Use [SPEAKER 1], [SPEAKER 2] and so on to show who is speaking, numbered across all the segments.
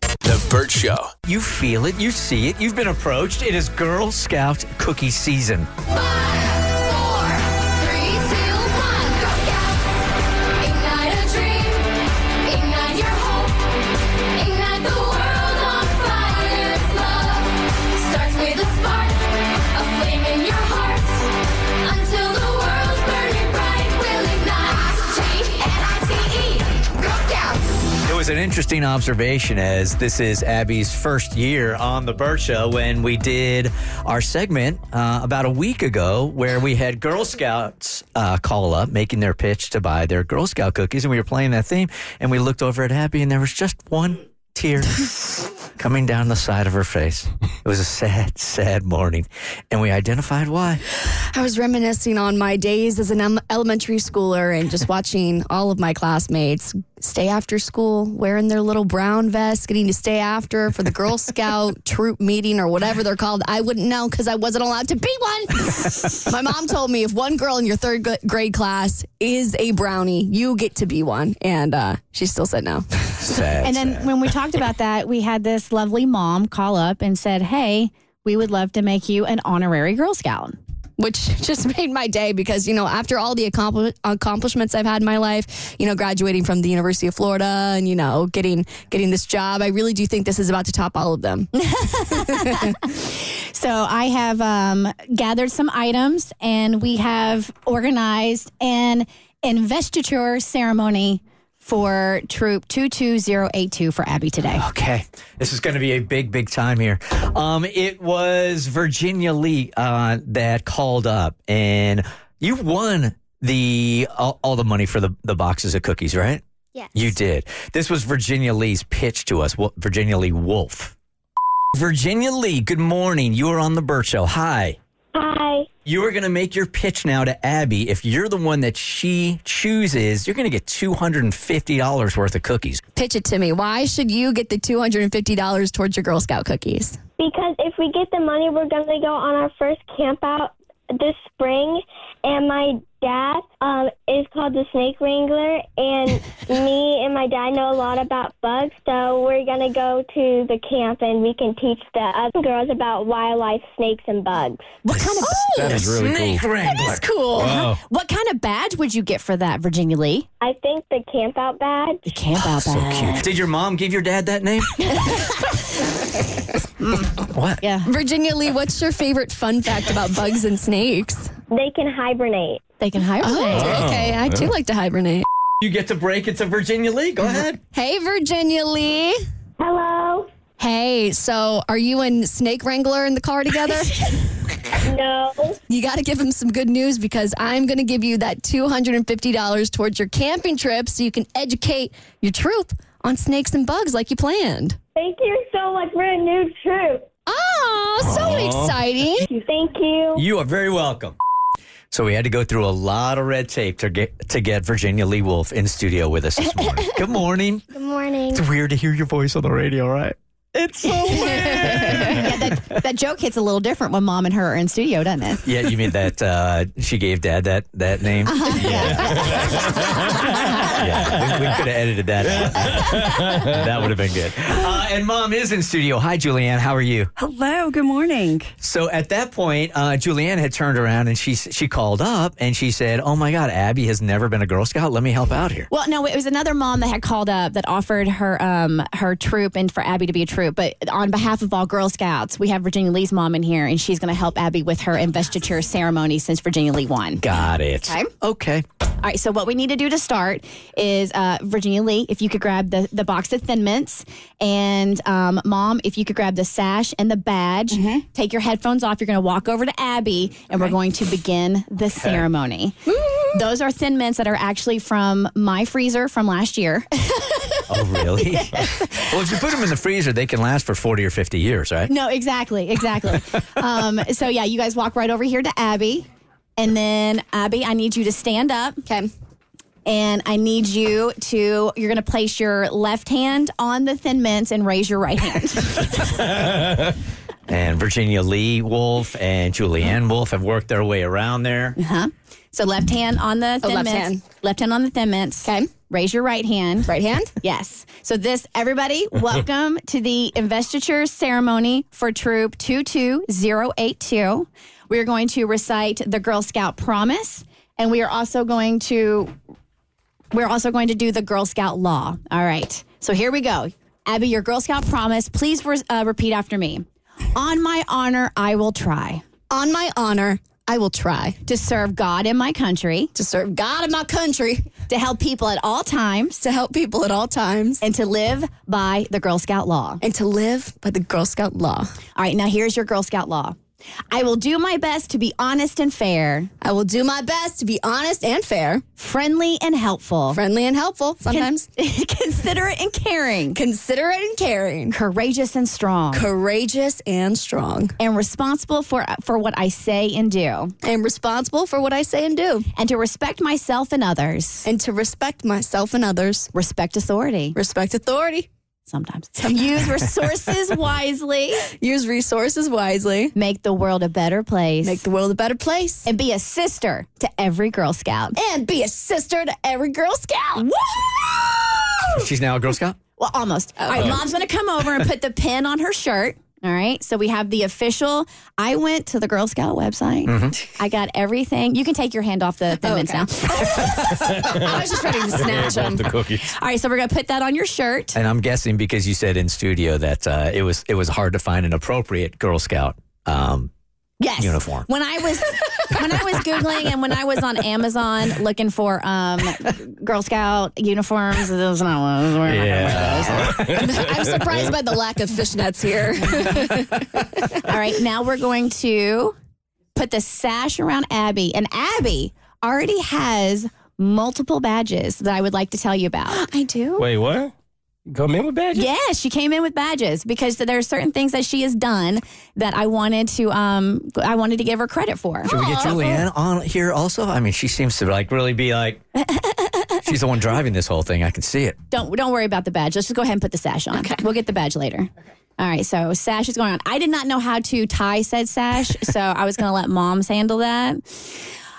[SPEAKER 1] The Burt Show.
[SPEAKER 2] You feel it, you see it, you've been approached. It is Girl Scout cookie season. It was an interesting observation as this is Abby's first year on The Bird Show when we did our segment uh, about a week ago where we had Girl Scouts uh, call up making their pitch to buy their Girl Scout cookies. And we were playing that theme and we looked over at Abby and there was just one tear coming down the side of her face. It was a sad, sad morning. And we identified why.
[SPEAKER 3] I was reminiscing on my days as an em- elementary schooler and just watching all of my classmates stay after school, wearing their little brown vests, getting to stay after for the Girl Scout troop meeting or whatever they're called. I wouldn't know because I wasn't allowed to be one. my mom told me if one girl in your third gr- grade class is a brownie, you get to be one. And uh, she still said no.
[SPEAKER 2] Sad.
[SPEAKER 4] And then when we talked about that, we had this lovely mom call up and said, Hey, we would love to make you an honorary Girl Scout.
[SPEAKER 3] which just made my day because you know after all the accompli- accomplishments I've had in my life, you know graduating from the University of Florida and you know getting getting this job, I really do think this is about to top all of them.
[SPEAKER 4] So I have um, gathered some items and we have organized an investiture ceremony for Troop 22082 for Abby today.
[SPEAKER 2] Okay, this is going to be a big, big time here. Um, it was Virginia Lee uh, that called up, and you won the all, all the money for the, the boxes of cookies, right?
[SPEAKER 5] Yes.
[SPEAKER 2] You did. This was Virginia Lee's pitch to us. Wo- Virginia Lee Wolf. Virginia Lee, good morning. You are on the Burt Show. Hi.
[SPEAKER 5] Hi.
[SPEAKER 2] You are going to make your pitch now to Abby. If you're the one that she chooses, you're going to get two hundred and fifty dollars worth of cookies.
[SPEAKER 3] Pitch it to me. Why should you get the two hundred and fifty dollars towards your Girl Scout cookies?
[SPEAKER 5] Because if we get the money, we're going to go on our first camp out this spring. And my dad um, is called the snake wrangler. And me and my dad know a lot about bugs. So we're going to go to the camp and we can teach the other girls about wildlife, snakes, and bugs.
[SPEAKER 4] What kind of
[SPEAKER 2] That is really
[SPEAKER 4] snake
[SPEAKER 2] cool.
[SPEAKER 4] That is cool.
[SPEAKER 2] Wow.
[SPEAKER 4] What kind of badge would you get for that, Virginia Lee?
[SPEAKER 5] I think the camp out badge.
[SPEAKER 4] The camp out badge.
[SPEAKER 2] Did your mom give your dad that name? what?
[SPEAKER 4] Yeah,
[SPEAKER 3] Virginia Lee, what's your favorite fun fact about bugs and snakes?
[SPEAKER 5] They can hibernate.
[SPEAKER 4] they can hire
[SPEAKER 3] Oh, okay, I do like to hibernate.
[SPEAKER 2] You get to break it to Virginia Lee. Go ahead.
[SPEAKER 3] Hey, Virginia Lee.
[SPEAKER 5] Hello?
[SPEAKER 3] Hey, so are you and Snake Wrangler in the car together?
[SPEAKER 5] No.
[SPEAKER 3] You got to give him some good news because I'm going to give you that $250 towards your camping trip so you can educate your troop on snakes and bugs like you planned.
[SPEAKER 5] Thank you so much for a new troop.
[SPEAKER 3] Oh, so exciting.
[SPEAKER 5] Thank you.
[SPEAKER 2] You are very welcome. So we had to go through a lot of red tape to get to get Virginia Lee Wolf in studio with us this morning. Good morning.
[SPEAKER 5] Good morning.
[SPEAKER 2] It's weird to hear your voice on the radio, right?
[SPEAKER 4] yeah, that, that joke hits a little different when mom and her are in studio, doesn't it?
[SPEAKER 2] Yeah, you mean that uh, she gave Dad that that name? Uh-huh. Yeah, yeah. We, we could have edited that. out. that would have been good. Uh, and Mom is in studio. Hi, Julianne. How are you?
[SPEAKER 6] Hello, good morning.
[SPEAKER 2] So at that point, uh, Julianne had turned around and she she called up and she said, "Oh my God, Abby has never been a Girl Scout. Let me help out here."
[SPEAKER 4] Well, no, it was another mom that had called up that offered her um her troop and for Abby to be a troop. But on behalf of all Girl Scouts, we have Virginia Lee's mom in here, and she's going to help Abby with her investiture ceremony since Virginia Lee won.
[SPEAKER 2] Got it.
[SPEAKER 4] Okay.
[SPEAKER 2] Okay.
[SPEAKER 4] All right, so what we need to do to start is uh, Virginia Lee, if you could grab the, the box of Thin Mints, and um, Mom, if you could grab the sash and the badge. Take your headphones off. You're going to walk over to Abby, and we're going to begin the ceremony. Those are Thin Mints that are actually from my freezer from last year.
[SPEAKER 2] Oh really? well, if you put them in the freezer, they can last for forty or fifty years, right?
[SPEAKER 4] no, exactly, exactly. um, so yeah, you guys walk right over here to Abby, and then Abby, I need you to stand up.
[SPEAKER 3] Okay.
[SPEAKER 4] and I need you to you're going to place your left hand on the thin mints and raise your right hand.
[SPEAKER 2] And Virginia Lee Wolf and Julianne Wolf have worked their way around there.
[SPEAKER 4] Huh? So left hand on the thin
[SPEAKER 3] Oh, left
[SPEAKER 4] mints.
[SPEAKER 3] hand.
[SPEAKER 4] Left hand on the thin mints.
[SPEAKER 3] Okay.
[SPEAKER 4] Raise your right hand.
[SPEAKER 3] Right hand?
[SPEAKER 4] Yes. So this, everybody, welcome to the investiture ceremony for Troop 22082. We are going to recite the Girl Scout promise, and we are also going to we're also going to do the Girl Scout law. All right. So here we go. Abby, your Girl Scout promise. Please re- uh, repeat after me. On my honor, I will try
[SPEAKER 3] On my honor, I will try
[SPEAKER 4] to serve God and my country,
[SPEAKER 3] to serve God and my country,
[SPEAKER 4] to help people at all times,
[SPEAKER 3] to help people at all times,
[SPEAKER 4] and to live by the Girl Scout law.
[SPEAKER 3] and to live by the Girl Scout law.
[SPEAKER 4] All right, now here's your Girl Scout law. I will do my best to be honest and fair,
[SPEAKER 3] I will do my best to be honest and fair,
[SPEAKER 4] friendly and helpful,
[SPEAKER 3] friendly and helpful sometimes,
[SPEAKER 4] considerate and caring,
[SPEAKER 3] considerate and caring,
[SPEAKER 4] courageous and strong,
[SPEAKER 3] courageous and strong,
[SPEAKER 4] and responsible for for what I say and do,
[SPEAKER 3] and responsible for what I say and do,
[SPEAKER 4] and to respect myself and others.
[SPEAKER 3] and to respect myself and others,
[SPEAKER 4] Respect authority
[SPEAKER 3] respect authority,
[SPEAKER 4] sometimes. Use resources wisely.
[SPEAKER 3] use resources wisely,
[SPEAKER 4] Make the world a better place.
[SPEAKER 3] make the world a better place,
[SPEAKER 4] and be a sister to every Girl Scout.
[SPEAKER 3] and be a sister to every Girl Scout.
[SPEAKER 2] She's now a Girl Scout.
[SPEAKER 4] Well, almost. All right, mom's gonna come over and put the pin on her shirt. All right, so we have the official. I went to the Girl Scout website. I got everything. You can take your hand off the thin mints now. I was just ready to snatch them.
[SPEAKER 1] the cookies.
[SPEAKER 4] All right, so we're gonna put that on your shirt.
[SPEAKER 2] And I'm guessing because you said in studio that uh, it was it was hard to find an appropriate Girl Scout. Um,
[SPEAKER 4] Yes,
[SPEAKER 2] Uniform.
[SPEAKER 4] When I was when I was googling and when I was on Amazon looking for um, Girl Scout uniforms, those not what I was wearing.
[SPEAKER 3] I'm surprised by the lack of fishnets here.
[SPEAKER 4] All right, now we're going to put the sash around Abby. And Abby already has multiple badges that I would like to tell you about.
[SPEAKER 3] I do.
[SPEAKER 1] Wait, what? Come in with badges?
[SPEAKER 4] Yes, she came in with badges because there are certain things that she has done that I wanted to um I wanted to give her credit for.
[SPEAKER 2] Can we get Julianne on here also? I mean, she seems to like really be like she's the one driving this whole thing. I can see it.
[SPEAKER 4] Don't don't worry about the badge. Let's just go ahead and put the sash on. We'll get the badge later. All right, so sash is going on. I did not know how to tie said sash, so I was going to let moms handle that.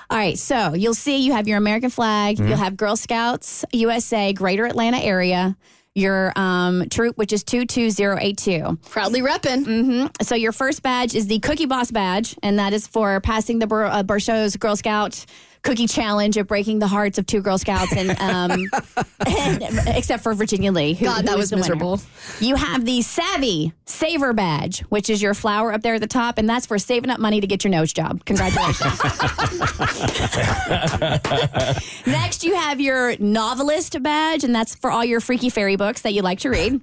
[SPEAKER 4] All right, so you'll see you have your American flag, you'll have Girl Scouts USA Greater Atlanta area, your um, troop which is 22082.
[SPEAKER 3] Proudly reppin'.
[SPEAKER 4] So your first badge is the Cookie Boss badge, and that is for passing the Bur- uh, Berchot's Girl Scout cookie challenge of breaking the hearts of two Girl Scouts, and, um, and- except for Virginia Lee. who-
[SPEAKER 3] God, that
[SPEAKER 4] who
[SPEAKER 3] was
[SPEAKER 4] is the winner.
[SPEAKER 3] miserable.
[SPEAKER 4] You have the Savvy Saver badge, which is your flower up there at the top, and that's for saving up money to get your nose job. Congratulations. Next, you have your novelist badge, and that's for all your freaky fairy books that you like to read.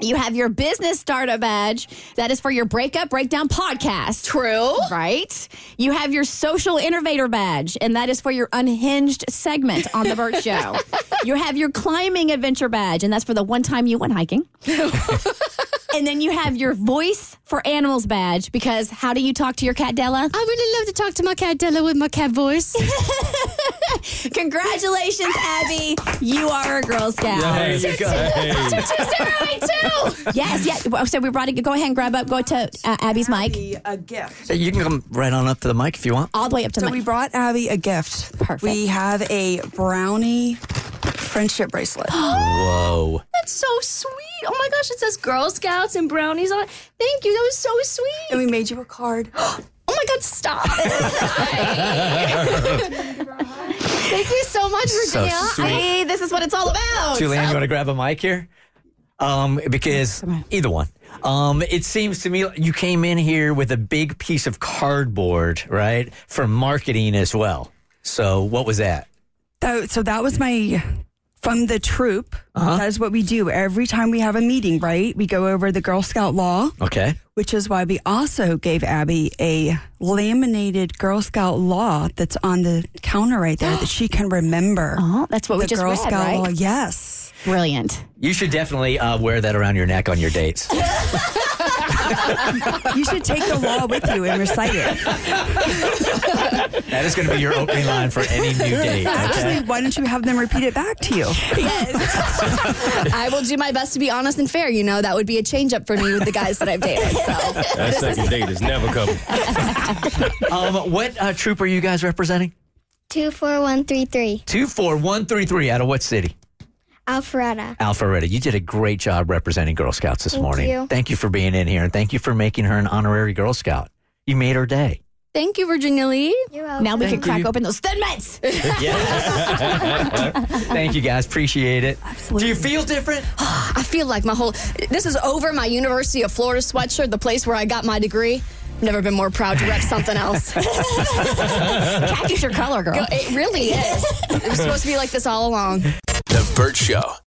[SPEAKER 4] You have your business startup badge, that is for your breakup breakdown podcast.
[SPEAKER 3] True.
[SPEAKER 4] Right? You have your social innovator badge, and that is for your unhinged segment on The Burt Show. you have your climbing adventure badge, and that's for the one time you went hiking. and then you have your voice for animals badge, because how do you talk to your cat, Della?
[SPEAKER 3] I really love to talk to my cat Della with my cat voice.
[SPEAKER 4] Congratulations, Abby. You are a Girl Scout.
[SPEAKER 1] There you go. Hey.
[SPEAKER 4] Yes, yes. Well, So we brought it. Go ahead and grab up. Go to uh, Abby's mic.
[SPEAKER 6] Abby a gift.
[SPEAKER 2] You can come right on up to the mic if you want.
[SPEAKER 4] All the way up to
[SPEAKER 6] So
[SPEAKER 4] the
[SPEAKER 6] we
[SPEAKER 4] mic.
[SPEAKER 6] brought Abby a gift.
[SPEAKER 4] Perfect.
[SPEAKER 6] We have a brownie friendship bracelet.
[SPEAKER 2] Whoa.
[SPEAKER 7] That's so sweet. Oh my gosh, it says Girl Scouts and brownies on it. Thank you. That was so sweet.
[SPEAKER 6] and we made you a card.
[SPEAKER 7] Oh my god, stop. Thank you so much,
[SPEAKER 2] So
[SPEAKER 7] Virginia.
[SPEAKER 2] sweet.
[SPEAKER 4] Hey, this is what it's all about.
[SPEAKER 2] Julianne, you want to grab a mic here? Um, because either one. Um, it seems to me you came in here with a big piece of cardboard, right? For marketing as well. So what was that?
[SPEAKER 6] So, so that was my from the troop. That is what we do every time we have a meeting, right? We go over the Girl Scout law,
[SPEAKER 2] Okay.
[SPEAKER 6] which is why we also gave Abby a laminated Girl Scout law that's on the counter right there that she can remember.
[SPEAKER 4] Oh, that's what we
[SPEAKER 6] The
[SPEAKER 4] just
[SPEAKER 6] Girl
[SPEAKER 4] read,
[SPEAKER 6] Scout
[SPEAKER 4] right?
[SPEAKER 6] law, yes.
[SPEAKER 4] Brilliant.
[SPEAKER 2] You should definitely uh, wear that around your neck on your dates.
[SPEAKER 6] you should take the law with you and recite it.
[SPEAKER 2] That is going to be your opening line for any new date. Okay?
[SPEAKER 6] Actually, why don't you have them repeat it back to you?
[SPEAKER 3] Yes. I will do my best to be honest and fair. You know, that would be a change up for me with the guys that I've dated. So
[SPEAKER 1] That second date is never coming.
[SPEAKER 2] Um, what uh, troop are you guys representing?
[SPEAKER 5] 24133,
[SPEAKER 2] Two four one three three. Out of what city?
[SPEAKER 5] Alpharetta.
[SPEAKER 2] Alpharetta, you did a great job representing Girl Scouts this
[SPEAKER 5] Thank
[SPEAKER 2] morning.
[SPEAKER 5] you.
[SPEAKER 2] Thank you for being in here and thank you for making her an honorary Girl Scout. You made her day.
[SPEAKER 3] thank you, Virginia Lee.
[SPEAKER 5] You're welcome.
[SPEAKER 4] Now we can
[SPEAKER 2] Thank
[SPEAKER 4] crack
[SPEAKER 2] you.
[SPEAKER 4] open those thinments.
[SPEAKER 2] Thank you guys. Appreciate it. Do you feel different?
[SPEAKER 3] I feel like my whole this is over my University of Florida sweatshirt, the place where I got my degree. Never been more proud to rep something else.
[SPEAKER 4] Khakis your color, girl.
[SPEAKER 3] it really is. It was supposed to be like this all along.
[SPEAKER 8] The Burt Show.